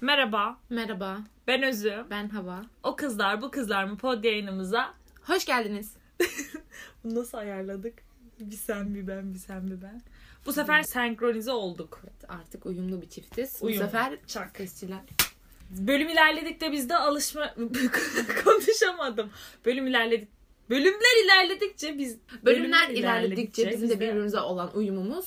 Merhaba, Merhaba, ben Özü. ben Hava. O kızlar bu kızlar mı pod yayınımıza? Hoş geldiniz. Nasıl ayarladık? Bir sen bir ben, bir sen bir ben. Bu sefer senkronize olduk. Artık uyumlu bir çiftiz. Uyum. Bu sefer Çak. sesçiler. Bölüm ilerledikçe biz de alışma... Konuşamadım. Bölüm ilerledik... Bölümler ilerledikçe biz... Bölümler ilerledikçe bizim de biz birbirimize olan uyumumuz.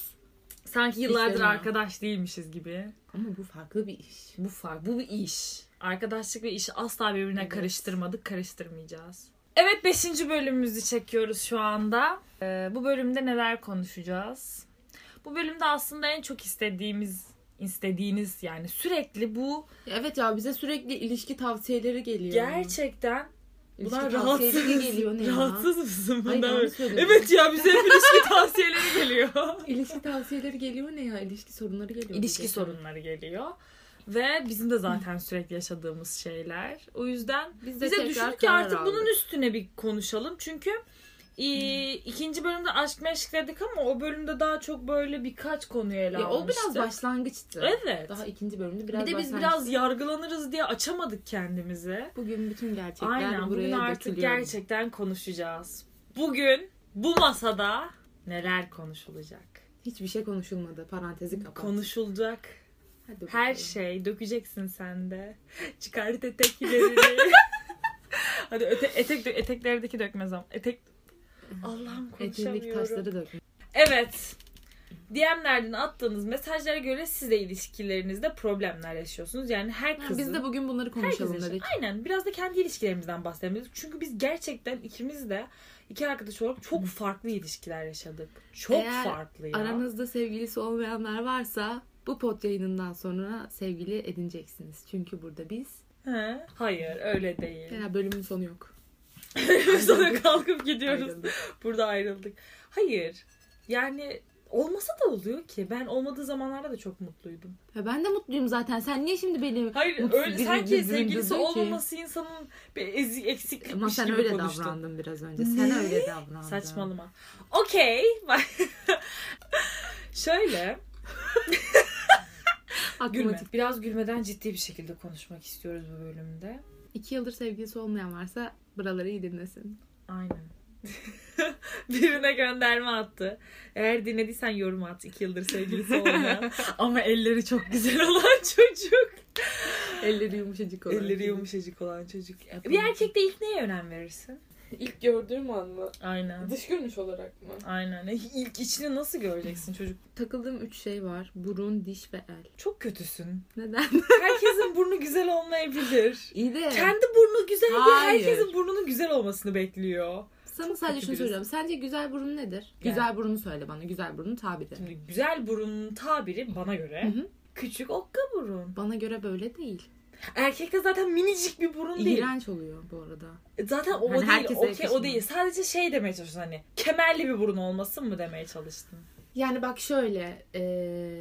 Sanki yıllardır Üzerine. arkadaş değilmişiz gibi. Ama bu farklı bir iş. Bu fark, bu bir iş. Arkadaşlık ve işi asla birbirine Evet. karıştırmadık, karıştırmayacağız. Evet 5. bölümümüzü çekiyoruz şu anda. Ee, bu bölümde neler konuşacağız? Bu bölümde aslında en çok istediğimiz, istediğiniz yani sürekli bu Evet ya bize sürekli ilişki tavsiyeleri geliyor. gerçekten İlişki Bunlar tavsiyeleri rahatsız. geliyor ne ya? Rahatsız mısın Ay, bundan? yanlış söyledim. evet ya bize hep ilişki tavsiyeleri geliyor. İlişki tavsiyeleri geliyor ne ya? İlişki sorunları geliyor. İlişki bize. sorunları geliyor. Ve bizim de zaten sürekli yaşadığımız şeyler. O yüzden Biz de Bize tekrar düşündük ki artık karar aldık. bunun üstüne bir konuşalım. Çünkü i- Hmm. ikinci bölümde aşk meşk dedik ama o bölümde daha çok böyle birkaç konuyu ele Ya, o almıştık. biraz başlangıçtı. Evet. Daha ikinci bölümde biraz bir de biz başlangıç. biraz yargılanırız diye açamadık kendimizi. Bugün bütün gerçekler Aynen buraya bugün artık dökülüyor. gerçekten konuşacağız. Bugün bu masada neler konuşulacak? Hiçbir şey konuşulmadı. Parantezi kapat. Konuşulacak Hadi her bakalım. şey. Dökeceksin sen de. Çıkart eteklerini. Hadi öte, etek, eteklerdeki dökme zaman. Etek Allah'ım Etinlik konuşamıyorum. taşları dökme. Evet. DM'lerden attığınız mesajlara göre siz de ilişkilerinizde problemler yaşıyorsunuz. Yani her Ha, kızın... Biz de bugün bunları herkesin şey- konuşalım yaşa- dedik. Aynen. Biraz da kendi ilişkilerimizden bahsedelim. dedik. Çünkü biz gerçekten ikimiz de iki arkadaş olarak çok farklı ilişkiler yaşadık. Çok Eğer farklı ya. Aranızda sevgilisi olmayanlar varsa bu pot yayınından sonra sevgili edineceksiniz. Çünkü burada biz He? Hayır öyle değil. ya bölümün sonu yok. Sonra kalkıp gidiyoruz. Ayrıldık. Burada ayrıldık. Hayır. Yani olmasa da oluyor ki. Ben olmadığı zamanlarda da çok mutluydum. Ya ben de mutluyum zaten. Sen niye şimdi beni Hayır mutsuz öyle biri- sanki biri- sevgilisi biri- olmaması insanın bir ezi- eksiklikmiş Ama sen gibi öyle konuştun. davrandın biraz önce. Sen Ne? öyle davrandın. Saçmalama. Okey. Şöyle. Aklıma Gülme. tik- Biraz gülmeden ciddi bir şekilde konuşmak istiyoruz bu bölümde. İki yıldır sevgilisi olmayan varsa buraları iyi dinlesin. Aynen. Birine gönderme attı. Eğer dinlediysen yorum at. İki yıldır sevgilisi olmayan. Ama elleri çok güzel olan çocuk. Elleri yumuşacık olur. Elleri yumuşacık olan çocuk. Yapalım. Bir erkekte ilk neye önem verirsin? İlk gördüğüm an mı? Aynen. Dış görünüş olarak mı? Aynen. İlk içini nasıl göreceksin çocuk? Takıldığım üç şey var. Burun, diş ve el. Çok kötüsün. Neden? Herkesin burnu güzel olmayabilir. İyi de. Kendi burnu güzel diye Hayır. herkesin burnunun güzel olmasını bekliyor. Sana Çok sadece kötü şunu birisi. söyleyeceğim. Sence güzel burun nedir? Yani. Güzel burunu söyle bana. Güzel burunun tabiri. Şimdi güzel burunun tabiri bana göre Hı hı. küçük okka burun. Bana göre böyle değil. Erkekte zaten minicik bir burun değil. E, İğrenç oluyor bu arada. Zaten o Hani değil. herkese Okey yakışmıyor. o değil. Sadece şey demeye çalıştın hani kemerli bir burun olmasın mı demeye çalıştın. Yani bak şöyle. e,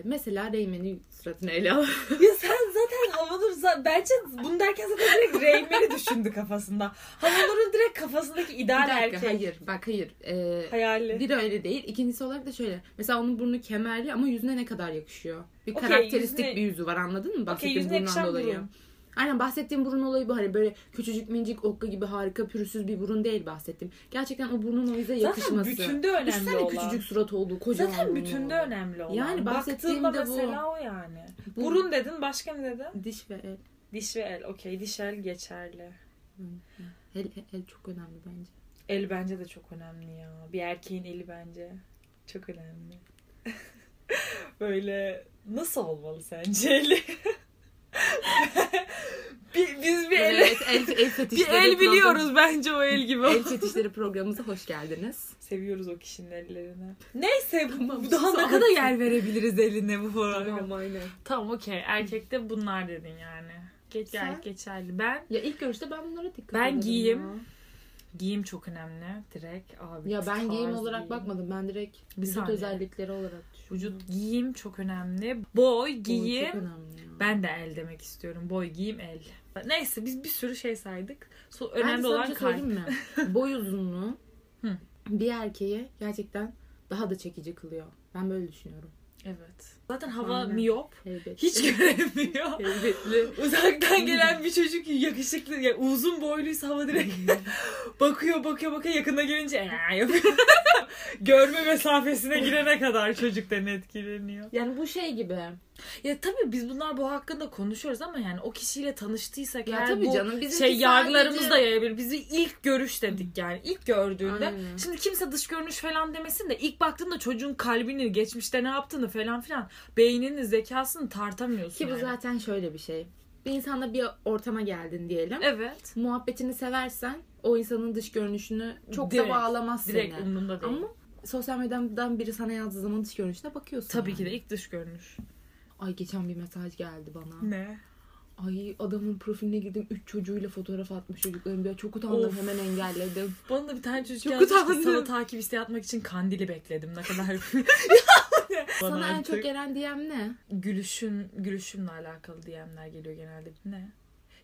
mesela Reymen'in suratını ele al. Ya sen zaten havaları za- bence bunu derken zaten direkt Reymen'i düşündü kafasında. Havaların direkt kafasındaki ideal Bir dakika, erkek Hayır bak hayır. E, hayali. bir öyle değil. İkincisi olarak da şöyle. Mesela onun burnu kemerli ama yüzüne ne kadar yakışıyor. Bir Okey, karakteristik yüzüne- bir yüzü var anladın mı? Bahsettiğim yüzüne burundan yakışan dolayı. burun. Aynen bahsettiğim burun olayı bu. Hani böyle küçücük minicik okka gibi harika pürüzsüz bir burun değil bahsettim. Gerçekten o burnun o yüze Zaten yakışması. bütünde önemli Düşünsene olan. küçücük surat olduğu kocaman. Zaten burnu bütünde oldu. önemli olan. Yani bahsettiğim Baktığında de bu. mesela o yani. Bu- Burun dedin başka ne dedin? Diş ve el. Diş ve el okey. Diş el geçerli. El, el çok önemli bence. El bence de çok önemli ya. Bir erkeğin eli bence çok önemli. Böyle nasıl olmalı sence eli? Bi- biz bir ele Evet, el, el bir fetişleri el program- biliyoruz bence o el gibi. El fetişleri programımıza hoş geldiniz. Seviyoruz o kişinin ellerini. Neyse bu- Tamam, bu daha sus ne artık. kadar yer verebiliriz eline bu programda. aynen. Tamam okey. Erkekte bunlar dedin yani. Geç Sen? gayet geçerli. Ben Ya ilk görüşte ben bunlara dikkat Ben ederim giyim. ya. giyim çok önemli. Direkt abi. Ya ben giyim tarz olarak giyim. bakmadım. Ben direkt Bir vücut saniye. özellikleri olarak düşündüm. Vücut giyim çok önemli. Boy Boy çok giyim. önemli ya. ben de el demek istiyorum. Boy giyim el. Neyse biz bir sürü şey saydık. So, Ben de önemli sana bir olan şey kalp. söyleyeyim mi? Boy uzunluğu Hı. bir erkeği gerçekten daha da çekici kılıyor. Ben böyle düşünüyorum. Evet. Zaten hava Aynen. miyop. Elbette. Hiç göremiyor. Elbette. Uzaktan gelen bir çocuk yakışıklı, ya uzun boyluysa hava direkt bakıyor bakıyor bakıyor yakına gelince "Ee," yapıyor. Görme mesafesine girene kadar çocuktan etkileniyor. yani bu şey gibi. Ya tabii biz bunlar bu hakkında konuşuyoruz ama yani o kişiyle tanıştıysak Ya eğer tabii bu canım, bizimki şey yargılarımız sadece- da yayabilir. Bizi ilk görüş dedik yani ilk gördüğünde. Aynen. Şimdi kimse dış görünüş falan demesin de ilk baktığında çocuğun kalbini, geçmişte ne yaptığını falan filan beynini, zekasını tartamıyorsun. Ki bu yani. zaten şöyle bir şey. Bir insanla bir ortama geldin diyelim. Evet. Muhabbetini seversen o insanın dış görünüşünü çok Direkt, da bağlamaz Direkt seni. umrunda değil. Ama sosyal medyadan biri sana yazdığı zaman dış görünüşüne bakıyorsun. Tabii yani. ki de ilk dış görünüş. Ay geçen bir mesaj geldi bana. Ne? Ay adamın profiline girdim. Üç çocuğuyla fotoğraf atmış çocukların. Ya çok utandım Of. hemen engelledim. Bana da bir tane çocuk Çok yazmış ki, utandım. sana takip isteği atmak için kandili bekledim. Ne kadar... Bana Sana en artık çok gelen DM ne? gülüşün, gülüşümle alakalı DM'ler geliyor genelde. Ne?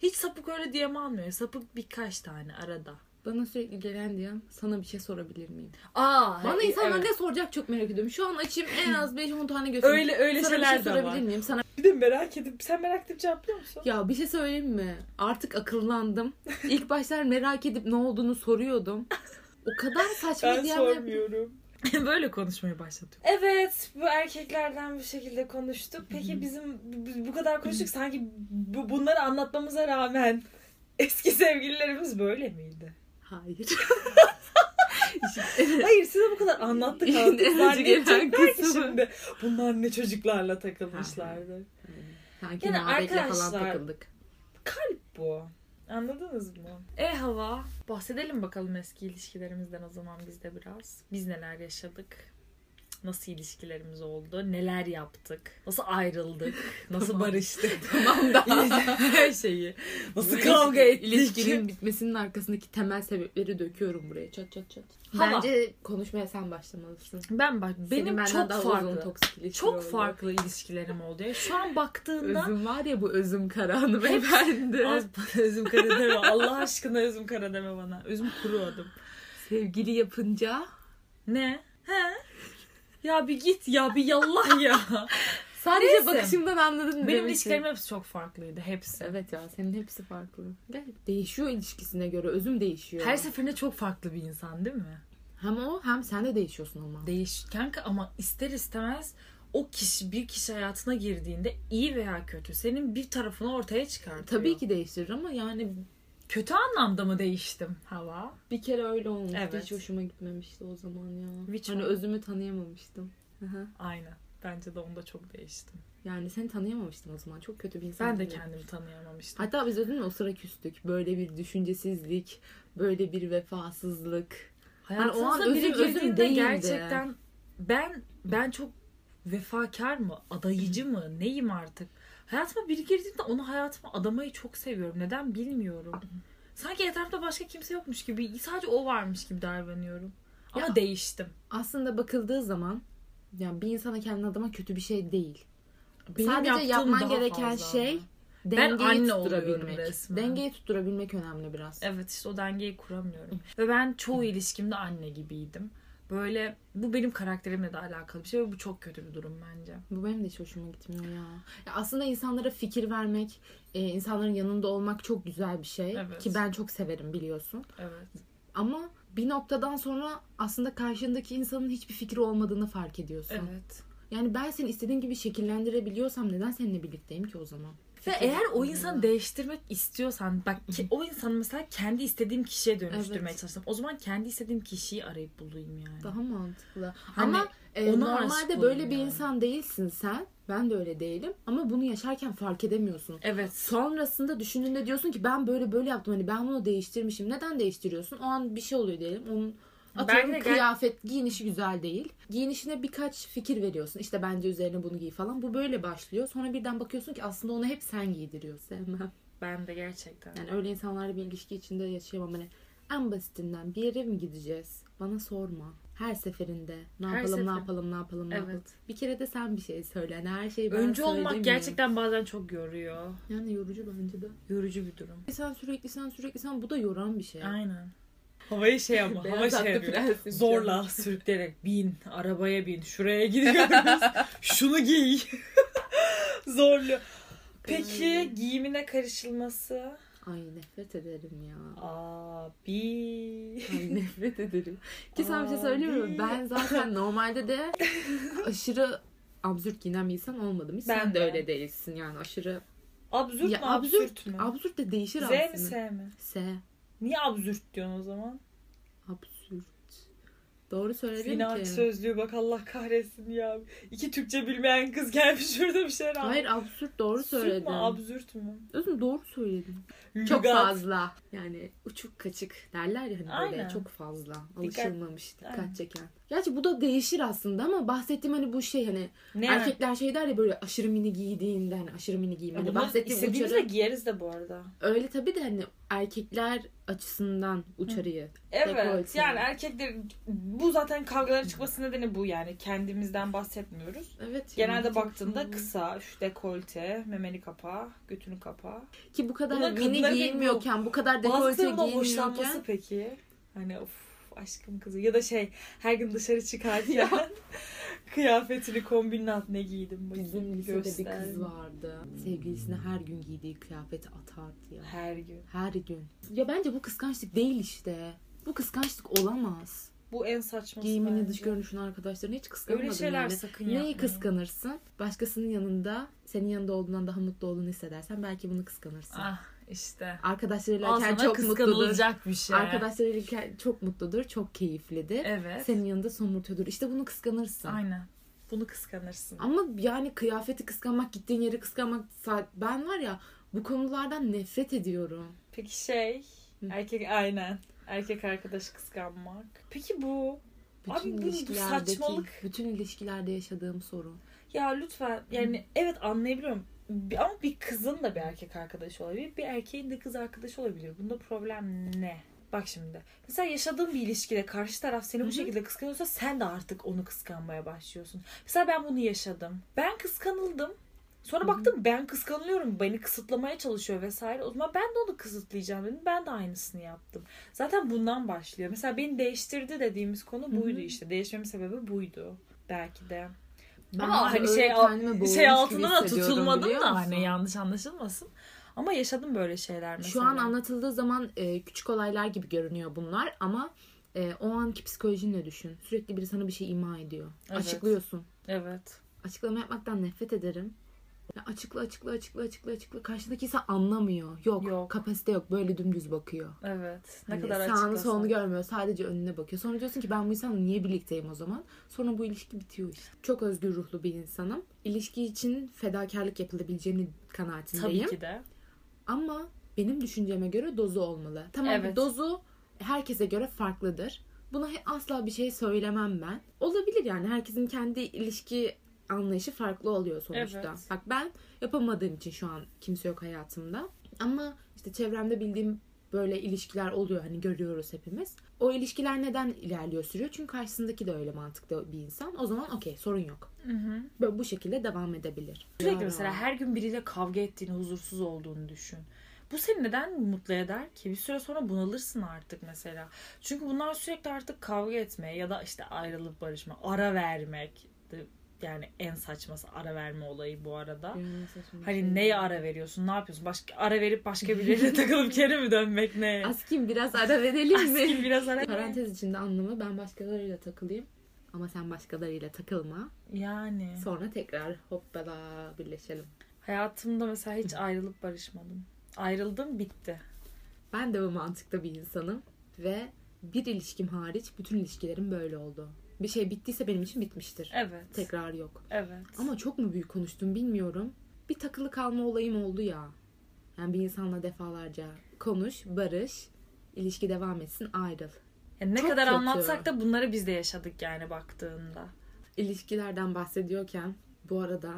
Hiç sapık öyle DM almıyor. Sapık birkaç tane arada. Bana sürekli gelen DM sana bir şey sorabilir miyim? Aa, Bana insanlar e, evet. ne soracak çok merak ediyorum. Şu an açayım en az 5-10 tane götürüm. öyle öyle sana bir şeyler şey de var. sorabilir miyim? Sana Bir de merak edip sen merak edip cevaplıyor musun? Ya bir şey söyleyeyim mi? Artık akıllandım. İlk başlar merak edip ne olduğunu soruyordum. O kadar saçma DM'ler- Böyle konuşmayı başladık. Evet bu erkeklerden bu şekilde konuştuk. Peki bizim bu- bu kadar konuştuk sanki bu, bunları anlatmamıza rağmen eski sevgililerimiz böyle miydi? Hayır. Hayır size bu kadar anlattık anlattık. En acı gelen Zannedecekler ki kısmı. şimdi bunlar ne çocuklarla takılmışlardı. Sanki Yani Nareyle falan arkadaşlar- takıldık. Kalp bu. Anladınız mı? E hava. Bahsedelim bakalım eski ilişkilerimizden o zaman biz de biraz. Biz neler yaşadık? Nasıl ilişkilerimiz oldu? Neler yaptık? Nasıl ayrıldık? Nasıl Tamam. barıştık? Tamam da. Her şeyi. Nasıl İlişki- kavga ettik? İlişkinin bitmesinin arkasındaki temel sebepleri döküyorum buraya. Çat çat çat. Hava. Bence konuşmaya sen başlamalısın. Ben bak Senin benim benden çok daha uzun farklı. toksik ilişkiler Çok oldu. farklı ilişkilerim oldu. ya. Şu an baktığında Özüm var ya bu özüm Karahanım efendi. Az bana özüm kara deme. Allah aşkına özüm kara deme bana. Özüm kuru adım. Sevgili yapınca Ne? He? Ya bir git ya bir yallah ya. sadece Neyse. bakışımdan anladım. Benim ilişkilerim hepsi çok farklıydı. Hepsi. Evet ya senin hepsi farklı. Gel değişiyor ilişkisine göre özüm değişiyor. Her seferinde çok farklı bir insan değil mi? hem o hem sen de değişiyorsun ama. Değiş kanka ama ister istemez o kişi bir kişi hayatına girdiğinde iyi veya kötü senin bir tarafını ortaya çıkartıyor. Tabii ki değiştirir ama yani Kötü anlamda mı değiştim hava? bir kere öyle olmuştu. Evet. Hiç hoşuma gitmemişti o zaman ya. Which hani one? özümü tanıyamamıştım. Aha. Aynen. Bence de onda çok değiştim. Yani seni tanıyamamıştım o zaman. Çok kötü bir insan. Ben de değilim. kendimi tanıyamamıştım. Hatta biz özümle o sıra küstük. Böyle bir düşüncesizlik, böyle bir vefasızlık. Hayatınıza Hani o an biri özüm- özüm girdiğinde değildi. gerçekten ben ben çok vefakar mı, adayıcı mı, neyim artık? Hayatıma biri girdiğinde onu hayatıma adamayı çok seviyorum. Neden bilmiyorum. Sanki etrafta başka kimse yokmuş gibi, sadece o varmış gibi davranıyorum. Ama Ya- değiştim. Aslında bakıldığı zaman yani bir insana kendini adama kötü bir şey değil. Benim Sadece yaptığım yapman daha gereken fazla şey ama. dengeyi anne oluyorum tutturabilmek. resmen. Dengeyi tutturabilmek önemli biraz. Evet işte o dengeyi kuramıyorum. Ve ben çoğu ilişkimde anne gibiydim. Böyle bu benim karakterimle de alakalı bir şey ve bu çok kötü bir durum bence. Bu benim de hiç hoşuma gitmiyor ya. Ya aslında insanlara fikir vermek, e, insanların yanında olmak çok güzel bir şey. Evet. Ki ben çok severim biliyorsun. Evet. Ama bir noktadan sonra aslında karşındaki insanın hiçbir fikri olmadığını fark ediyorsun. Evet. Yani ben seni istediğin gibi şekillendirebiliyorsam neden seninle birlikteyim ki o zaman? Ve Fikir eğer o olmadan. insanı değiştirmek istiyorsan bak ki, o insanı mesela kendi istediğim kişiye dönüştürmeye Evet. çalıştım. O zaman kendi istediğim kişiyi arayıp bulayım yani. Daha mantıklı. Hani Ama e, ona aşık normalde böyle olun bir yani. insan değilsin sen. Ben de öyle değilim. Ama bunu yaşarken fark edemiyorsun. Evet. Sonrasında düşündüğünde diyorsun ki ben böyle böyle yaptım. Hani ben bunu değiştirmişim. Neden değiştiriyorsun? O an bir şey oluyor diyelim. Onun atıyorum Belki de gel- kıyafet, giyinişi güzel değil. Giyinişine birkaç fikir veriyorsun. İşte bence üzerine bunu giy falan. Bu böyle başlıyor. Sonra birden bakıyorsun ki aslında onu hep sen giydiriyorsun. Sevmem. Ben de gerçekten. Yani öyle insanlarla bir ilişki içinde yaşayamam. Hani en basitinden bir yere mi gideceğiz? Bana sorma. Her seferinde ne Her yapalım ne sefer- yapalım ne yapalım ne Evet. yapalım. Bir kere de sen bir şey söyle. Hani her şeyi ben Öncü olmak söylemiyorum. gerçekten bazen çok yoruyor. Yani yorucu bence de. Yorucu bir durum. E Sen sürekli sen sürekli sen bu da yoran bir şey. Aynen. Havayı şey ama hava Beyaz şey atlı yapıyor. prensim. Zorla sürükleyerek bin, arabaya bin, şuraya gidiyoruz, şunu giy. Zorlu. Peki giyimine karışılması? Ay nefret ederim ya. Abi. Ay nefret ederim. Ki sana bir şey söyleyeyim mi? Abi. Ben zaten normalde de aşırı absürt giyinen bir insan olmadım. Hiç Ben sen de de. öyle değilsin yani aşırı. Absürt Ya mü? Absürt, mü? Absürt de değişir Z aslında. mi S mi? S. Niye absürt diyorsun o zaman? Absürt. Doğru söyledim Sinan ki. sözlüğü bak Allah kahretsin ya. İki Türkçe bilmeyen kız gelmiş şurada bir şeyler Hayır absürt doğru Absürt mü? söyledim. Absürt mü? Özüm doğru söyledim. Çok Lügat. fazla. Yani uçuk kaçık derler ya hani böyle Aynen. çok fazla. Dikkat- Alışılmamış, dikkat, Aynen. çeken. Gerçi bu da değişir aslında ama bahsettiğim hani bu şey hani Ne yani? erkekler şey der ya böyle aşırı mini giydiğinden hani aşırı mini giyim. Hani Bunları bahsettiğim istediğimizde uçarı giyeriz de bu arada. öyle tabii de hani erkekler açısından uçarıyı. Evet Dekolte. yani erkekler bu zaten kavgaların çıkması nedeni bu yani kendimizden bahsetmiyoruz. Evet. yani Genelde çok baktığında fazla. kısa, şu dekolte, memeni kapa, götünü kapa. ki bu kadar Bunlar mini kadınların pek giyinmiyorken bu kadar dekolte Bazılarının da hoşlanması giyinmiyorken peki. Hani of aşkım kızı ya da şey her gün dışarı çıkarken kıyafetini kombinin altına giydim. bakayım, bizim lisede göster. bir kız vardı. Sevgilisine her gün giydiği kıyafeti atardı ya. Her gün. Her gün. Ya bence bu kıskançlık değil işte. Bu kıskançlık olamaz. Bu en saçması Giyimini, bence. dış görünüşünü, arkadaşlarını hiç kıskanmadın Öyle şeyler yani. sakın yapma. Neyi kıskanırsın? Başkasının yanında senin yanında olduğundan daha mutlu olduğunu hissedersen belki bunu kıskanırsın. Ah işte. Al Arkadaşlarıyla sana çok mutludur. kıskanılacak bir şey. Arkadaşlarıyla çok mutludur, çok keyiflidir. Evet. Senin yanında somurtudur. İşte bunu kıskanırsın. Aynen. Bunu kıskanırsın. Ama yani kıyafeti kıskanmak, gittiğin yeri kıskanmak saat- ben var ya bu konulardan nefret ediyorum. Peki şey, Hı. erkek aynen. Erkek arkadaş kıskanmak. Peki bu Abi bu- bu saçmalık. bütün ilişkilerde yaşadığım sorun. ya lütfen yani evet anlayabiliyorum. Bir- Ama bir kızın da bir erkek arkadaşı olabilir. Bir erkeğin de kız arkadaşı olabilir. Bunda problem ne? Bak şimdi. Mesela yaşadığın bir ilişkide karşı taraf seni Hı bu hı. şekilde kıskanıyorsa sen de artık onu kıskanmaya başlıyorsun. Mesela ben bunu yaşadım. Ben kıskanıldım. Sonra Hı hı. baktım ben kıskanılıyorum. Beni kısıtlamaya çalışıyor vesaire. O zaman ben de onu kısıtlayacağım dedim. Ben de aynısını yaptım. Zaten bundan başlıyor. Mesela beni değiştirdi dediğimiz konu hı. buydu işte. Değişmemin sebebi buydu. Belki de. Ben Ama var ya, hani öyle şey al- kendimi boğulmuş şey gibi altına da hissediyorum, tutulmadım biliyor da musun? hani yanlış anlaşılmasın. Ama yaşadım böyle şeyler mesela. Şu an anlatıldığı zaman e, küçük olaylar gibi görünüyor bunlar ama e, o anki psikolojinle düşün. Sürekli biri sana bir şey ima ediyor. Evet. Açıklıyorsun. Evet. Açıklama yapmaktan nefret ederim. Ya açıkla açıkla açıkla açıkla açıkla. Karşıdaki insan anlamıyor. Yok, Yok. kapasite yok. Böyle dümdüz bakıyor. Evet. Ne Hani kadar Sağını açıklasan. solunu görmüyor. Sadece önüne bakıyor. Sonra diyorsun ki ben bu insanla niye birlikteyim o zaman? Sonra bu ilişki bitiyor işte. Çok özgür ruhlu bir insanım. İlişki için fedakarlık yapılabileceğini kanaatindeyim. Tabii ki de. Ama benim düşünceme göre dozu olmalı. Tamam Evet. dozu herkese göre farklıdır. Buna he- asla bir şey söylemem ben. Olabilir yani herkesin kendi ilişki anlayışı farklı oluyor sonuçta. Evet. Bak ben yapamadığım için şu an kimse yok hayatımda. Ama işte çevremde bildiğim böyle ilişkiler oluyor hani görüyoruz hepimiz. O ilişkiler neden ilerliyor sürüyor? Çünkü karşısındaki de öyle mantıklı bir insan. O zaman okey sorun yok. Hı hı. Böyle bu şekilde devam edebilir. Sürekli Ya. mesela her gün biriyle kavga ettiğini, huzursuz olduğunu düşün. Bu seni neden mutlu eder ki? Bir süre sonra bunalırsın artık mesela. Çünkü bunlar sürekli artık kavga etmeye ya da işte ayrılıp barışma, ara vermek. de- Yani en saçması ara verme olayı bu arada. Yani saçma bir şey. Hani neye ara veriyorsun? Ne yapıyorsun? Başka ara verip başka birileriyle takılıp geri mi dönmek ne? Askim biraz ara verelim mi? Askin biraz ara ver. Parantez içinde anlamı ben başkalarıyla takılayım ama sen başkalarıyla takılma. Yani Sonra tekrar hoppala birleşelim. hayatımda mesela hiç ayrılıp barışmadım. Ayrıldım bitti. Ben de bu mantıkta bir insanım ve bir ilişkim hariç bütün ilişkilerim böyle oldu. Bir şey bittiyse benim için bitmiştir. Evet. Tekrar yok. Evet. Ama çok mu büyük konuştum bilmiyorum. Bir takılı kalma olayım oldu ya. Yani bir insanla defalarca konuş, barış, ilişki devam etsin, ayrıl. Ya ne Çok kadar kötü. anlatsak da bunları biz de yaşadık yani baktığında. İlişkilerden bahsediyorken bu arada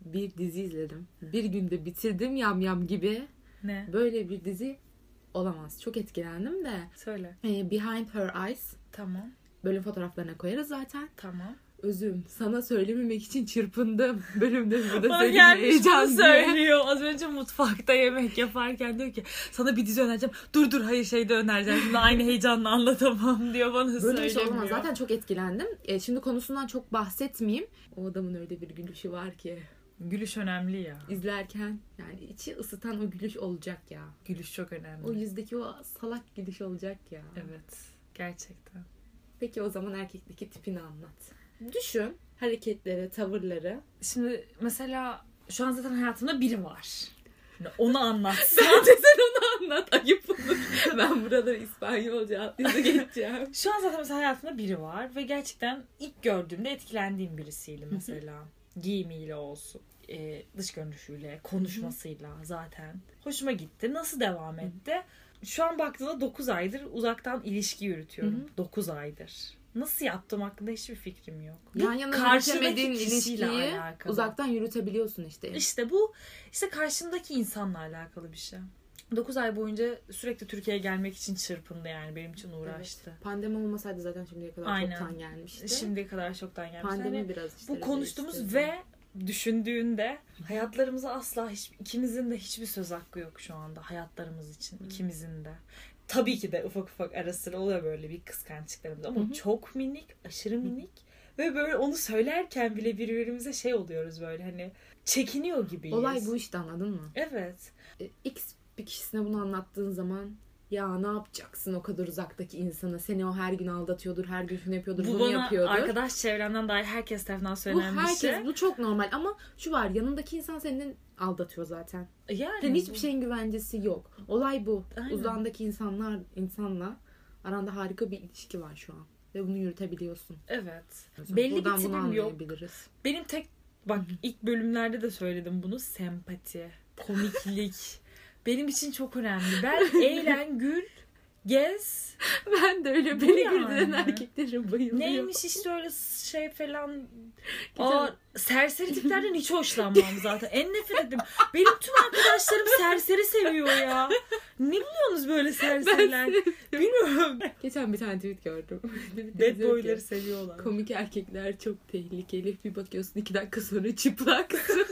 bir dizi izledim. Bir günde bitirdim yam yam gibi. Ne? Böyle bir dizi olamaz. Çok etkilendim de. Söyle. Ee, Behind Her Eyes Tamam. bölüm fotoğraflarına koyarız zaten. Tamam. Özüm sana söylememek için çırpındım. Bölümde burada Bana seni gelmiş bunu yiyeceğim diye. söylüyor. Az önce mutfakta yemek yaparken diyor ki sana bir dizi önereceğim. Dur dur hayır şey de önereceğim. Şimdi aynı heyecanla anlatamam diyor bana Böyle bir şey söylemiyor. olmaz. Zaten çok etkilendim. E, şimdi konusundan çok bahsetmeyeyim. O adamın öyle bir gülüşü var ki. Gülüş önemli ya. izlerken yani içi ısıtan o gülüş olacak ya. Gülüş çok önemli. O yüzdeki o salak gülüş olacak ya. Evet. Gerçekten. Peki o zaman erkekteki tipini anlat. Düşün hareketleri, tavırları. Şimdi mesela şu an zaten hayatımda biri var. Yani onu anlatsın. Bence sen onu anlat. Ayıp olur. ben buraları İspanyolca dizi geçeceğim. Şu an zaten mesela hayatımda biri var ve gerçekten ilk gördüğümde etkilendiğim birisiydi mesela. Giyimiyle olsun, e, dış görünüşüyle, konuşmasıyla zaten. Hoşuma gitti. Nasıl devam etti? Şu an baktığımda 9 aydır uzaktan ilişki Hı yürütüyorum. 9 aydır. Nasıl yaptım hakkında hiçbir fikrim yok. Bu Yan yana karşıdaki yürütemediğin kişiyle ilişkiyi alakalı. uzaktan yürütebiliyorsun işte. İşte bu işte karşımdaki insanla alakalı bir şey. 9 ay boyunca sürekli Türkiye'ye gelmek için çırpındı yani benim için uğraştı. Pandemi olmasaydı zaten şimdiye kadar Aynen. çoktan gelmişti. Şimdiye kadar şoktan gelmiş. Pandemi Hani biraz işte. bu konuştuğumuz değiştirdi. ve düşündüğünde hayatlarımıza asla hiç, ikimizin de hiçbir söz hakkı yok şu anda hayatlarımız için ikimizin de. Tabii ki de ufak ufak ara sıra oluyor böyle bir kıskançlıklarımız ama Hı hı. çok minik, aşırı minik ve böyle onu söylerken bile birbirimize şey oluyoruz böyle hani çekiniyor gibiyiz. Olay bu işte anladın mı? Evet. E, X bir kişisine bunu anlattığın zaman ya ne yapacaksın o kadar uzaktaki insana? Seni o her gün aldatıyordur, her gün şunu yapıyordur, Bu bunu bana yapıyordur. arkadaş çevremden dair herkes tarafından bu söylenen herkes bir şey. bu çok normal ama şu var yanındaki insan seni aldatıyor zaten. Yani Senin hiçbir şey- bu- şeyin güvencesi yok. Olay bu. Aynen. Uzandaki insanlar insanla aranda harika bir ilişki var şu an ve bunu yürütebiliyorsun. Evet. Belli Buradan bir bunu tipim yok. anlayabiliriz. Benim tek bak ilk bölümlerde de söyledim bunu sempati, komiklik. Benim için çok önemli. Ben eğlen, gül, gez. Ben de öyle Bu beni yani. güldüren erkeklere bayılıyorum. Neymiş işte öyle şey falan. Güzel. Aa, serseri tiplerden hiç hoşlanmam zaten. En nefret ettim. Benim tüm arkadaşlarım serseri seviyor ya. Ne biliyorsunuz böyle serseriler? Bilmiyorum. Geçen bir tane tweet gördüm. Bad Diyor ki, boyları seviyorlar. Komik erkekler çok tehlikeli. Bir bakıyorsun iki dakika sonra çıplaksın.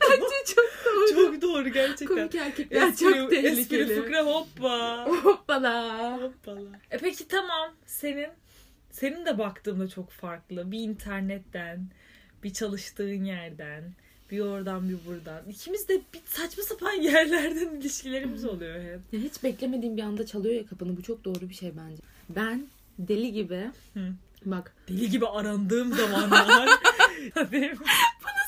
Bence çok doğru. Çok doğru gerçekten. Komik erkekler çok espri tehlikeli. fıkra hoppa. Hoppala. Hoppala. E peki tamam senin senin de baktığımda çok farklı. Bir internetten, bir çalıştığın yerden, bir oradan bir buradan. İkimiz de bir saçma sapan yerlerden ilişkilerimiz oluyor hep. Ya hiç beklemediğim bir anda çalıyor ya kapını. Bu çok doğru bir şey bence. Ben deli gibi Hı. bak Deli gibi arandığım zamanlar. Benim-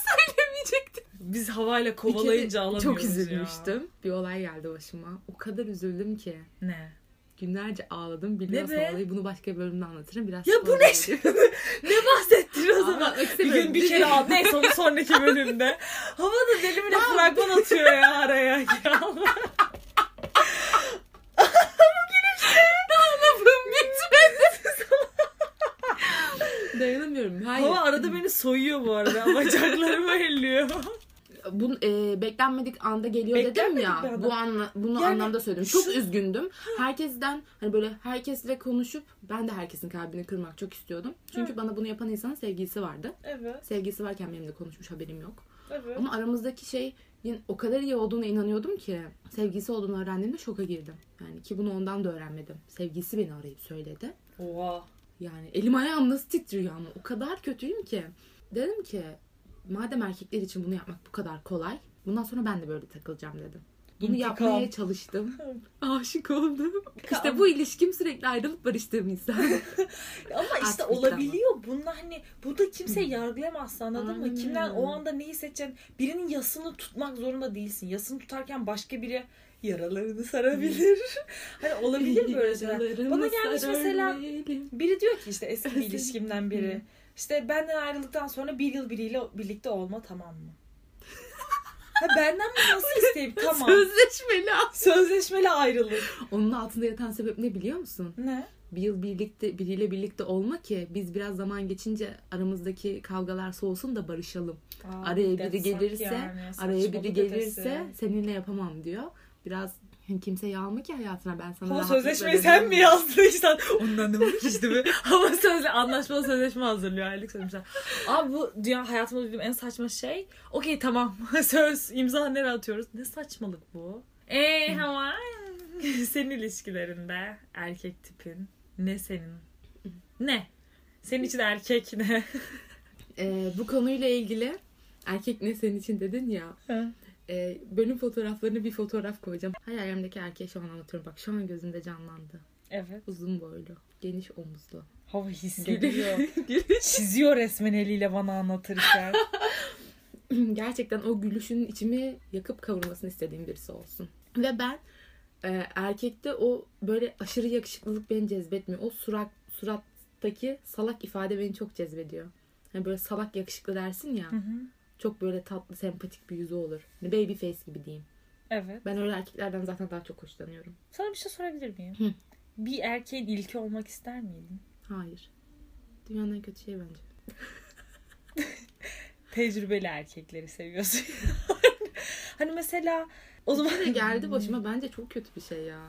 söylemeyecektim. Biz havayla Bir kere kovalayınca alamıyoruz Çok Ya. üzülmüştüm. Bir olay geldi başıma. O kadar üzüldüm ki. Ne? Günlerce ağladım. Biliyorsun Ne be? olayı. Bunu başka bölümde anlatırım. Biraz Ya bu spoiler ne vereyim. Ne bahsettin o zaman? Anlatmak Bir istemiyorum. gün bir kere al. Neyse onu sonraki bölümde. Hava da delimine fragman atıyor ya araya. Ya Allah. Lafım bitmedi. Dayanamıyorum. Hayır. Hava arada beni soyuyor bu arada. Bacaklarımı elliyor. Bu e, beklenmedik anda geliyor dedim Beklenmedik bir ya. anda. Bu anla, bunu Yani anlamda söyledim. Çok şu- üzgündüm. Herkesten hani böyle herkesle konuşup ben de herkesin kalbini kırmak çok istiyordum. Çünkü bana bunu yapan insanın sevgilisi vardı. Evet, Sevgilisi varken benimle konuşmuş haberim yok. evet. Ama aramızdaki şey yine o kadar iyi olduğuna inanıyordum ki sevgilisi olduğunu öğrendiğimde şoka girdim. Yani ki bunu ondan da öğrenmedim. Sevgilisi beni arayıp söyledi. Oha. Yani elim ayağım nasıl titriyor ama o kadar kötüyüm ki. Dedim ki madem erkekler için bunu yapmak bu kadar kolay. Bundan sonra ben de böyle takılacağım dedim. Bunu İntikam. yapmaya çalıştım. Aşık oldum. İşte bu ilişkim sürekli ayrılıp barıştığım insan. Ama işte Artık olabiliyor. Bunlar hani burada kimseyi yargılayamazsın anladın mı? Aynen Kimden öyle. o anda ne hissedeceksin? Birinin yasını tutmak zorunda değilsin. Yasını tutarken başka biri yaralarını sarabilir. hani olabilir böyle şeyler. Bana gelmiş mesela- Sarılmayalım. Biri diyor ki işte eski bir ilişkimden biri. İşte benden ayrıldıktan sonra bir yıl biriyle birlikte olma tamam mı? Ha, benden mi nasıl isteyip tamam. Sözleşmeli. Sözleşmeli ayrılık. Onun altında yatan sebep ne biliyor musun? Ne? Bir yıl birlikte biriyle birlikte olma ki biz biraz zaman geçince aramızdaki kavgalar soğusun da barışalım. Aa, Araya yasak biri gelirse, yani, araya saçma biri patatesi. gelirse seninle yapamam diyor. Biraz hani Kimse yağma ki hayatına ben sana Ama rahatlıkla sözleşmeyi sen veriyorum. mi yazdırırsan onun anlamamış işte mi? Ama sözle anlaşmalı sözleşme hazırlıyor aylık sözleşme. Abi bu dünya hayatımda duyduğum en saçma şey. Okey tamam söz imza nereye atıyoruz? Ne saçmalık bu? Eee ama senin ilişkilerinde erkek tipin ne senin? Ne? Senin için erkek ne? Ee, bu konuyla ilgili erkek ne senin için dedin ya. Ee, bölüm fotoğraflarını bir fotoğraf koyacağım. Hayalimdeki erkeği şu an anlatıyorum. Bak şu an gözümde canlandı. evet. Uzun boylu, geniş omuzlu. Hava hissediyor. Gülüş. Çiziyor resmen eliyle bana anlatırken. Hmm, Gerçekten o gülüşünün içimi yakıp kavurmasını istediğim birisi olsun. Ve ben e, erkekte o böyle aşırı yakışıklılık beni cezbetmiyor. O surat surattaki salak ifade beni çok cezbediyor. Hani böyle salak yakışıklı dersin ya. Çok böyle tatlı, sempatik bir yüzü olur. Baby face gibi diyeyim. evet. Ben öyle erkeklerden zaten daha çok hoşlanıyorum. Sana bir şey sorabilir miyim? Hı. Bir erkeğin ilki olmak ister miydin? Hayır. Dünyanın en kötü şeyi bence. Tecrübeli erkekleri seviyorsun. hani mesela o zaman Yine geldi başıma bence çok kötü bir şey ya.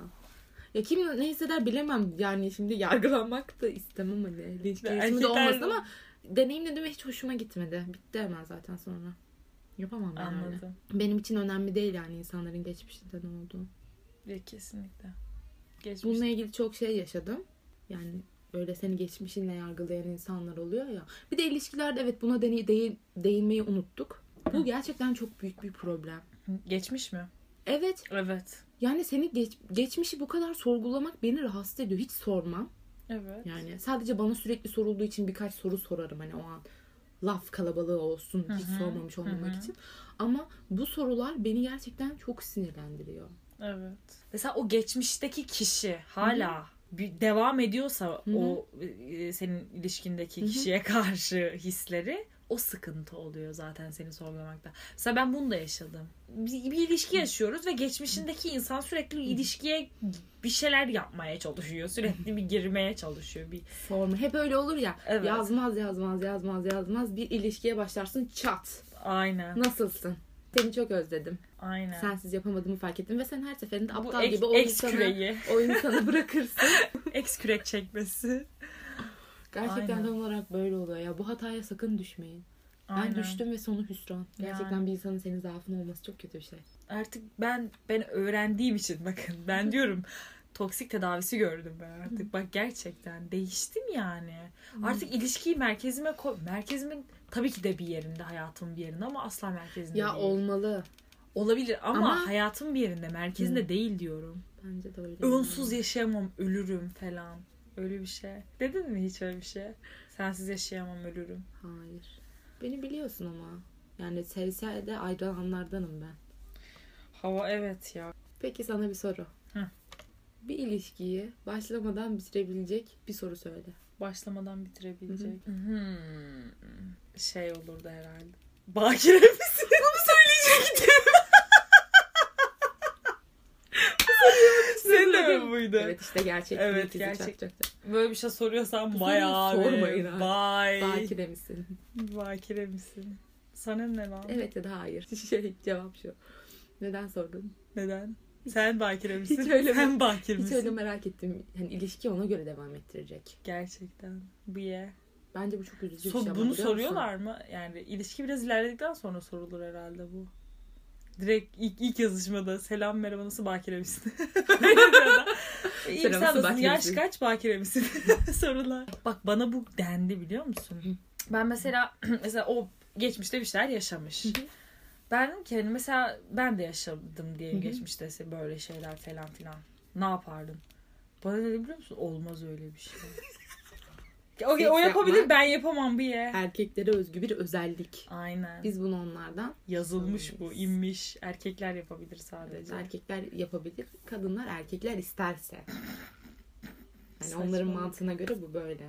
Ya kim ne hisseder bilemem yani şimdi yargılanmak da istemem hani. Linç girişimi de Erkekler- olmasın ama deneyimledim ve hiç hoşuma gitmedi. Bitti hemen zaten sonra. Yapamam ben öyle. anladım. Benim için önemli değil yani insanların geçmişinde ne oldu. Ve kesinlikle. Geçmiş. Bununla ilgili çok şey yaşadım. Yani böyle seni geçmişinle yargılayan insanlar oluyor ya. Bir de ilişkilerde evet buna deney, değin- değinmeyi unuttuk. Bu gerçekten çok büyük bir problem. Geçmiş mi? Evet Evet. yani seni geç- geçmişi bu kadar sorgulamak beni rahatsız ediyor. Hiç sormam. Evet. Yani sadece bana sürekli sorulduğu için birkaç soru sorarım hani o an laf kalabalığı olsun Hı hiç hı, sormamış olmamak hı hı. için. Ama bu sorular beni gerçekten çok sinirlendiriyor. Evet. Mesela o geçmişteki kişi hala bir devam ediyorsa hı. o e, senin ilişkindeki Hı hı. kişiye karşı hisleri o sıkıntı oluyor zaten seni sorgulamakta. Mesela ben bunu da yaşadım. Bir, bir ilişki yaşıyoruz ve geçmişindeki insan sürekli ilişkiye bir şeyler yapmaya çalışıyor. Sürekli bir girmeye çalışıyor. Bir Sorma. Hep öyle olur ya. Evet. Yazmaz yazmaz yazmaz yazmaz bir ilişkiye başlarsın çat. aynen. Nasılsın? Seni çok özledim. Aynen. Sensiz yapamadığımı fark ettim ve sen her seferinde Bu aptal ek- gibi o eks insanı, küreği. o insanı bırakırsın. Eks kürek çekmesi. Gerçekten Aynen. tam olarak böyle oluyor ya. Bu hataya sakın düşmeyin. Aynen. Ben düştüm ve sonu hüsran. Gerçekten Yani. bir insanın senin zaafın olması çok kötü bir şey. artık ben ben öğrendiğim için bakın ben diyorum toksik tedavisi gördüm ben artık. Bak gerçekten değiştim yani. Artık ilişkiyi merkezime koy. Merkezimin tabii ki de bir yerinde hayatımın bir yerinde ama asla merkezinde Ya değil. olmalı. Olabilir ama, Ama- hayatım bir yerinde merkezinde Hı. değil diyorum. Bence de öyle. Onsuz yaşayamam ölürüm falan. Öyle bir şey. Dedin mi hiç öyle bir şey? Sensiz yaşayamam ölürüm. Hayır. Beni biliyorsun ama. Yani seriselde ayrılanlardanım ben. Hava evet ya. Peki sana bir soru. Hı. Bir ilişkiyi başlamadan bitirebilecek bir soru söyle. Başlamadan bitirebilecek. Hmm. Şey olurdu herhalde. Bakire misin? Bunu söyleyecektim. Senin de mi buydu? Evet işte gerçek. Evet, ikizi gerçek. çarpacaktı. Böyle bir şey soruyorsan Bu bay soruyu abi. sormayın abi. Bay. Bakire misin? Bakire misin? Sana ne lan? Evet ya da hayır. Şey cevap şu. Neden sordun? Neden? Sen bakire misin? hiç öyle Sen bakire Hiç misin? öyle merak ettim. Yani ilişki ona göre devam ettirecek. Gerçekten. Bu ye. Bence bu çok üzücü bir So- şey. ama bunu biliyor soruyorlar mı? Yani ilişki biraz ilerledikten sonra sorulur herhalde bu. Direkt ilk, ilk yazışmada selam merhaba nasıl bakire misin? İyi Selam, sen nasıl nasılsın? bakire Yaş misin? kaç bakire misin? Sorular. Bak bana bu dendi biliyor musun? Ben mesela mesela o geçmişte bir şeyler yaşamış. ben dedim ki hani mesela ben de yaşadım diye Hı hı. geçmişte se- böyle şeyler falan filan. Ne yapardım? Bana ne dedi biliyor musun? Olmaz öyle bir şey. o, Seks o yapabilir yapmak. ben yapamam bir ye. Erkeklere özgü bir özellik. Aynen. Biz bunu onlardan Yazılmış bu, inmiş. Erkekler yapabilir sadece. erkekler yapabilir, kadınlar erkekler isterse. Yani Saçmalık. onların mantığına göre bu böyle.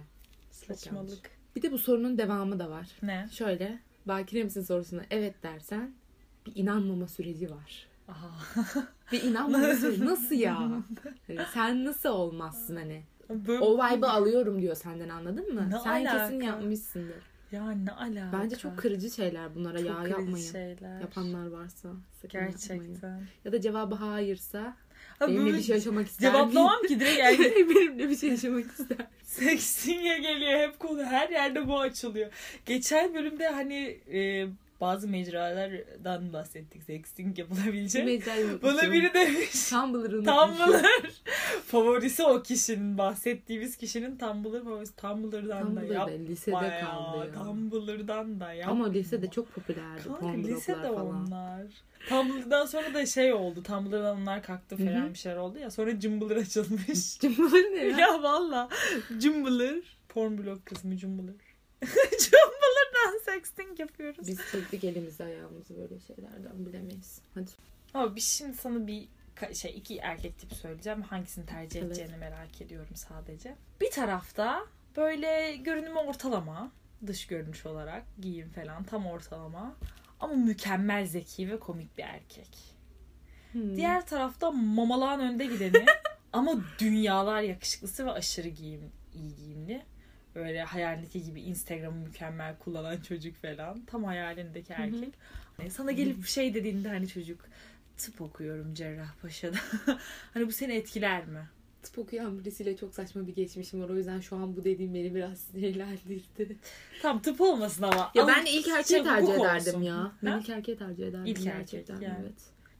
yanlış. Saçmalık. Bir de bu sorunun devamı da var. Ne? Şöyle, bakire misin sorusuna evet dersen bir inanmama süreci var. Aha. Bir inanmama süreci nasıl ya? Hani sen nasıl olmazsın hani? Böyle- O vibe'ı alıyorum diyor senden anladın mı? Ne sen kesin alaka? yapmışsındır. Ya ne alaka? Bence çok kırıcı şeyler bunlara Çok ya cringe yapmayın. şeyler. Yapanlar varsa sakın yapmayın. Gerçekten. Ya da cevabı hayırsa Ha, Benimle böyle bir şey yaşamak ister misin? Cevaplamam ki direkt yani Benimle bir şey yaşamak ister. seksinge geliyor hep konu her yerde bu açılıyor. Geçen bölümde hani e, bazı mecralardan bahsettik sexting yapılabilecek. Mecrayı Bana biri demiş Tumblr'ını Tumblr favorisi o kişinin bahsettiğimiz kişinin Tumblr favorisi Tumblr'dan da Tumblr'da yapma lisede ya. kaldı ya. Tumblr'dan da yapma. Ama lisede çok popülerdi. Kanka Kanka, lisede falan. onlar. Tumblr'dan sonra da şey oldu. Tumblr'dan onlar kalktı falan Hı hı. bir şeyler oldu ya. Sonra Jumbler açılmış. Cumbler ne ya? ya valla. Jumbler. Porn blog kısmı Jumbler. Jumbler'dan sexting yapıyoruz. Biz çektik elimizi ayağımızı böyle şeylerden bilemeyiz. Hadi. Ama bir şimdi sana bir ka- şey iki erkek tipi söyleyeceğim. Hangisini tercih Evet. edeceğini merak ediyorum sadece. Bir tarafta böyle görünümü ortalama. Dış görünüş olarak giyim falan tam ortalama. Ama mükemmel zeki ve komik bir erkek. Hmm. Diğer tarafta mamalağın önde gideni ama dünyalar yakışıklısı ve aşırı giyim, iyi giyimli. Böyle hayalindeki gibi Instagram'ı mükemmel kullanan çocuk falan. Tam hayalindeki hı. erkek. Hani sana gelip şey dediğinde hani çocuk tıp okuyorum Cerrahpaşa'da. hani bu seni etkiler mi? tıp okuyan birisiyle çok saçma bir geçmişim var. O yüzden şu an bu dediğim beni biraz sinirlendirdi. Tam tıp olmasın ama. Ya Ama ben ilk erkeği şey, tercih hukuk ederdim olsun. ya. Ben Ha? ilk erkeği tercih ederdim. İlk erkek, gerçekten, yani. evet.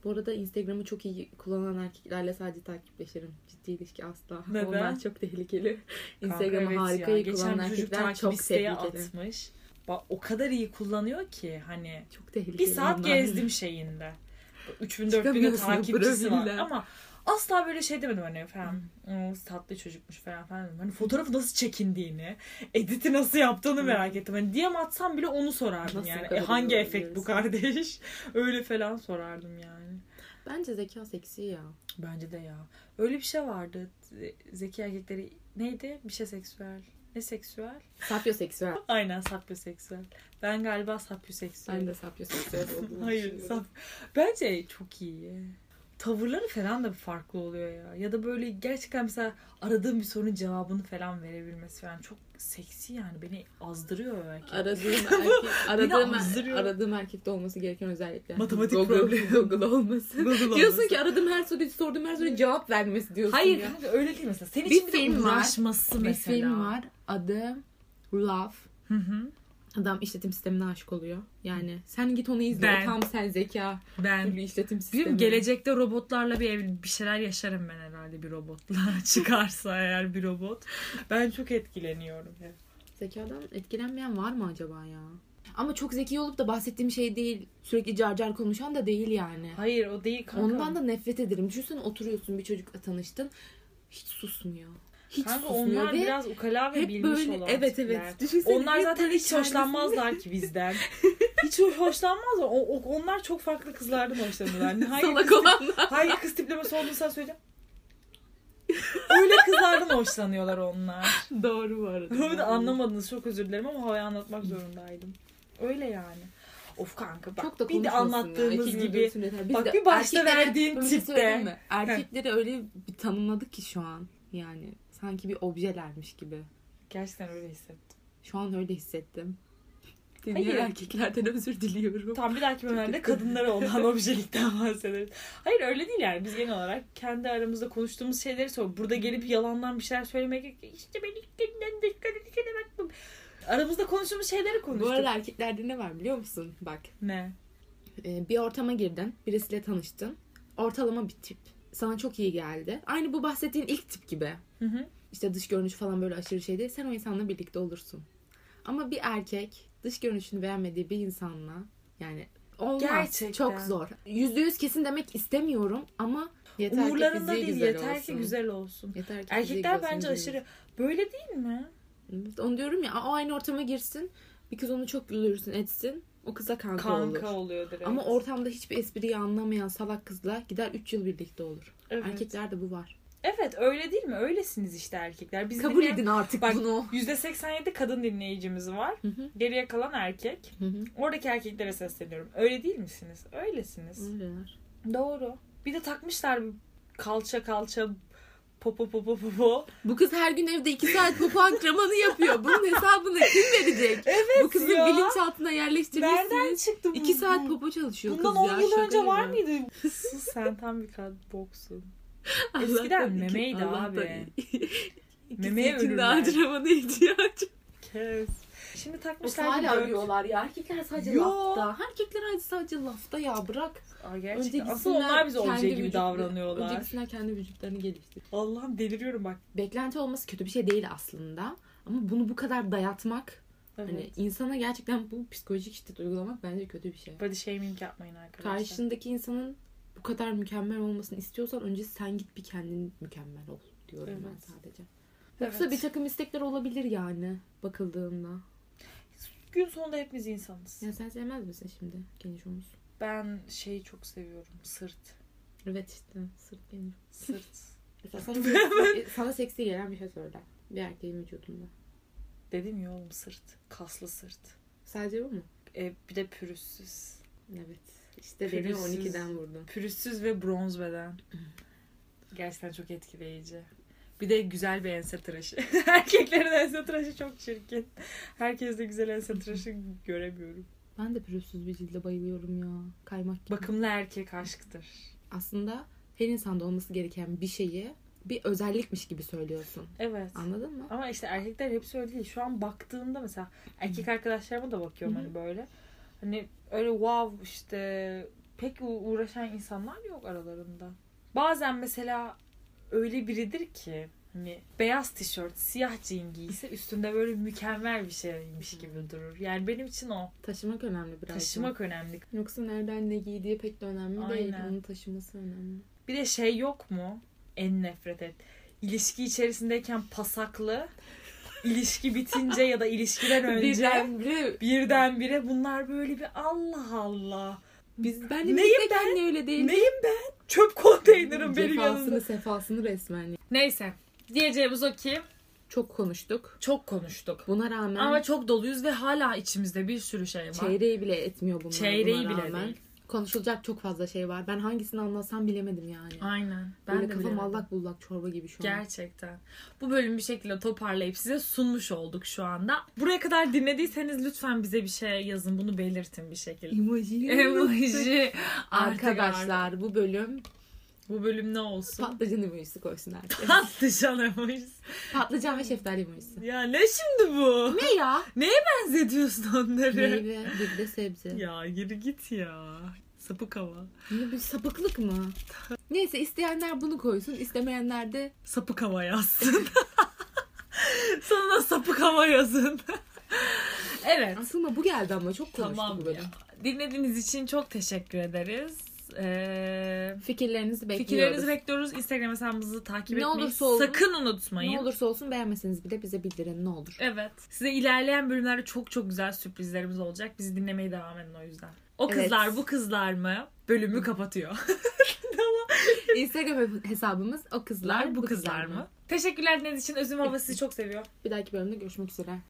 Bu arada Instagram'ı çok iyi kullanan erkeklerle sadece takipleşirim. Ciddi ilişki asla. Neden? Onlar çok tehlikeli. Kanka Instagram'ı evet harika ya. iyi Geçen kullanan bir çocuk erkekler takip çok isteği tehlikeli. atmış. Bak o kadar iyi kullanıyor ki hani Çok tehlikeli. Bir saat onlar. gezdim şeyinde. 3000 4000 Çıkamıyorsun, takipçisi var. profiller. Ama asla böyle şey demedim hani falan. "Oo, tatlı çocukmuş falan falan dedim. Hani fotoğrafı nasıl çekindiğini, editi nasıl yaptığını Hı. merak ettim. Hani DM atsam bile onu sorardım Nasıl yani. bu E, kadar hangi iyi efekt bu kardeş? olabiliriz? Öyle falan sorardım yani. Bence zeka seksi ya. Bence de ya. Öyle bir şey vardı. Ze- Zeki erkekleri neydi? Bir şey seksüel. Ne seksüel? Sapyoseksüel. Aynen sapyoseksüel. Ben galiba sapyoseksüel. Ben de sapyoseksüel olduğunu Hayır. düşünüyorum. saf- Bence çok iyi. Tavırları falan da farklı oluyor ya. Ya da böyle gerçekten mesela aradığım bir sorunun cevabını falan verebilmesi falan çok seksi yani. Beni azdırıyor belki. Aradığım erkek, aradığım, er-, azdırıyor. aradığım erkekte olması gereken özellikler. Matematik Google, Google olması. Google Diyorsun olması. ki aradığım her soruyu sorduğum her soruya cevap vermesi diyorsun Hayır ya. kanka öyle değil mesela. Senin Bir için bir de film var. uğraşması Bir mesela. film var adı Love. Hı hı. Adam işletim sistemine aşık oluyor. Yani sen git onu izle. Ben- o Tam sen zeka Ben gibi işletim sistemi. Bilmiyorum gelecekte robotlarla bir ev- bir şeyler yaşarım ben herhalde bir robotla çıkarsa eğer bir robot. Ben çok etkileniyorum. hep. Zekadan etkilenmeyen var mı acaba ya? Ama çok zeki olup da bahsettiğim şey değil. Sürekli carcar konuşan da değil yani. Hayır o değil kanka. Ondan da nefret ederim. Düşünsene oturuyorsun bir çocukla tanıştın. Hiç susmuyor. Hiç Kanka susmuyor onlar ve biraz ukala ve hep bilmiş böyle- olan evet, tipler. evet. Düşünsene onlar hep zaten böyle hiç hoşlanmazlar ki bizden. hiç hoşlanmazlar. O, o- onlar çok farklı kızlardan hoşlanırlar. Hayır, salak olanlar. hangi kız tiplemesi olduğunu sen söyle. Öyle kızlardan hoşlanıyorlar onlar. Doğru bu arada. Böyle anlamadınız çok özür dilerim ama havaya anlatmak zorundaydım. Öyle yani. Of kanka bak Çok da bir de konuşmasın ya. anlattığımız İki gün gibi dursun yeter. Biz Bak de bir başta erkeklere- verdiğin Böyle tipte. söyleyeyim mi? Erkekleri öyle bir tanımladık ki şu an. Yani sanki bir objelermiş gibi. gerçekten öyle hissettim. Şu an öyle hissettim. Hayır. Dinleyen erkeklerden özür diliyorum. Tam bir dahaki bölümde kadınlara olan objelikten bahsederiz. Hayır öyle değil yani. Biz genel olarak kendi aramızda konuştuğumuz şeyleri sor. Burada gelip yalandan bir şeyler söylemek yok. İşte ben ilk günden de kadın baktım. Aramızda konuştuğumuz şeyleri konuştuk. Bu arada erkeklerde ne var biliyor musun? Bak Ne? e, bir ortama girdin. Birisiyle tanıştın. Ortalama bir tip. Sana çok iyi geldi. Aynı bu bahsettiğin ilk tip gibi. Hı hı. işte dış görünüş falan böyle aşırı şey değil. Sen o insanla birlikte olursun. Ama bir erkek dış görünüşünü beğenmediği bir insanla yani olmaz. Gerçekten. Çok zor. Yüzde yüz kesin demek istemiyorum ama yeter ki Umurlarında fiziği değil. güzel yeter olsun. ki güzel olsun. Yeter ki fiziği Erkekler güzel bence olsun. aşırı. Böyle değil mi? Evet, onu diyorum ya o aynı ortama girsin. Bir kız onu çok güldürsün etsin. O kıza kanka, olur. Kanka oluyor direkt. Ama ortamda hiçbir espriyi anlamayan salak kızla gider 3 yıl birlikte olur. evet. Erkeklerde bu var. Evet öyle değil mi? Öylesiniz işte erkekler. Biz hani Kabul edin artık Bak- bunu. %87 kadın dinleyicimiz var. Hı hı. Geriye kalan erkek. Hı hı. Oradaki erkeklere sesleniyorum. Öyle değil misiniz? Öylesiniz. Öyleler. Doğru. Bir de takmışlar bir kalça kalça popo popo popo. Bu kız her gün evde 2 saat popo antrenmanı yapıyor. Bunun hesabını kim verecek? Evet Bu kızın ya. bilinçaltına Nereden yerleştirmişsiniz. çıktı bu? 2 saat popo çalışıyor Bundan kız 10 ya. yıl şaka önce var gibi. mıydı? Sus sen tam bir kad boksun. Eskiden Allah'tan iki- memeydi Allah'tan abi. İkisi Memeye için de ölürler. antrenmana ihtiyacı. Kes. Şimdi takmışlar Hala bir börk. arıyorlar ya. Erkekler sadece Yo. lafta. Erkekler hadi sadece lafta ya bırak. Aa, Önce gerçekten. gitsinler Asıl onlar bize kendi obje gibi vücut- davranıyorlar. Önce gitsinler kendi vücutlarını geliştir. Allah'ım deliriyorum bak. Beklenti olması kötü bir şey değil aslında. Ama bunu bu kadar dayatmak, hani Hani insana gerçekten bu psikolojik şiddet uygulamak bence kötü bir şey. body shaming yapmayın arkadaşlar. Karşındaki insanın bu kadar mükemmel olmasını istiyorsan önce sen git bir kendin mükemmel ol diyorum ben Evet. sadece. Evet. Yoksa bir takım istekler olabilir yani bakıldığında. Gün sonunda hepimiz insanız. Ya sen sevmez misin şimdi geniş omuz? Ben şeyi çok seviyorum. Sırt. Evet işte sırt geniş. Sırt. Mesela sana, seksi- sana seksi gelen bir şey söyle. Bir erkeğin vücudunda. Dedim ya oğlum sırt. Kaslı sırt. Sadece bu mu? E, bir de pürüzsüz. Evet. İşte beni Pürüzsüz. 12'den vurdun. Pürüzsüz ve bronz beden. Gerçekten çok etkileyici. Bir de güzel bir ense tıraşı. Erkeklerin ense tıraşı çok çirkin. Herkes de güzel ense tıraşı göremiyorum. Ben de pürüzsüz bir cilde bayılıyorum ya. Kaymak gibi. Bakımlı erkek aşktır. Aslında her insanda olması gereken bir şeyi bir özellikmiş gibi söylüyorsun. Evet. Anladın mı? Ama işte erkekler hepsi öyle değil. Şu an baktığımda mesela erkek arkadaşlarıma da bakıyorum Hı hı. hani böyle. Hani öyle wow işte pek u- uğraşan insanlar yok aralarında. Bazen mesela öyle biridir ki hani beyaz tişört, siyah jean giyse üstünde böyle mükemmel bir şeymiş gibi durur. Yani benim için o. Taşımak önemli biraz. da. Taşımak önemli. Yoksa nereden ne giydiği pek de önemli değil. Aynen. Onun taşıması önemli. Bir de şey yok mu? En nefret et. İlişki içerisindeyken pasaklı, ilişki bitince ya da ilişkiden önce bire Birdenbire bunlar böyle bir Allah Allah. biz ben Neyim de neyim ben? öyle değil. Neyim ben? Çöp konteynerim benim yanımda. Cefasını sefasını resmen. Neyse. Diyeceğimiz o ki Çok konuştuk. çok konuştuk. Buna rağmen Ama çok doluyuz ve hala içimizde bir sürü şey var. çeyreği bile etmiyor bunlar. Çeyreği buna bile rağmen. değil. Konuşulacak çok fazla şey var. Ben hangisini anlatsam bilemedim yani. Aynen. Ben Böyle de kafam bilemedim. allak bullak çorba gibi şu an. Gerçekten. Bu bölümü bir şekilde toparlayıp size sunmuş olduk şu anda. Buraya kadar dinlediyseniz lütfen bize bir şey yazın. Bunu belirtin bir şekilde. Emoji. Emoji. Artık artık. Arkadaşlar bu bölüm Bu bölüm ne olsun? patlıcan emojisi koysun herkes. Patlıcan emojisi. patlıcan ve şeftali emojisi. Ya ne şimdi bu? Ne ya? benzediyorsun onları. Meyve, bir de sebze. Ya yürü git ya. Sapık hava. Ne bir sapıklık mı? Neyse isteyenler bunu koysun, istemeyenler de Sapık hava yazsın. Sana da sapık hava yazın. evet. aslında bu geldi ama çok konuştuk Tamam bu ya. bölüm. Dinlediğiniz için çok teşekkür ederiz. Ee, Fikirlerinizi bekliyoruz. fikirlerinizi bekliyoruz. Instagram hesabımızı takip Ne etmeyi olursa olsun- sakın unutmayın. ne olursa olsun beğenmeseniz bile bize bildirin ne olur. Evet. Size ilerleyen bölümlerde çok çok güzel sürprizlerimiz olacak. Bizi dinlemeye devam edin o yüzden. O Evet. kızlar bu kızlar mı? Bölümü kapatıyor. Instagram hesabımız o kızlar Kızlar bu kızlar mı? Teşekkürler dinlediğiniz için. Özüm hava sizi çok seviyor. Bir dahaki bölümde görüşmek üzere.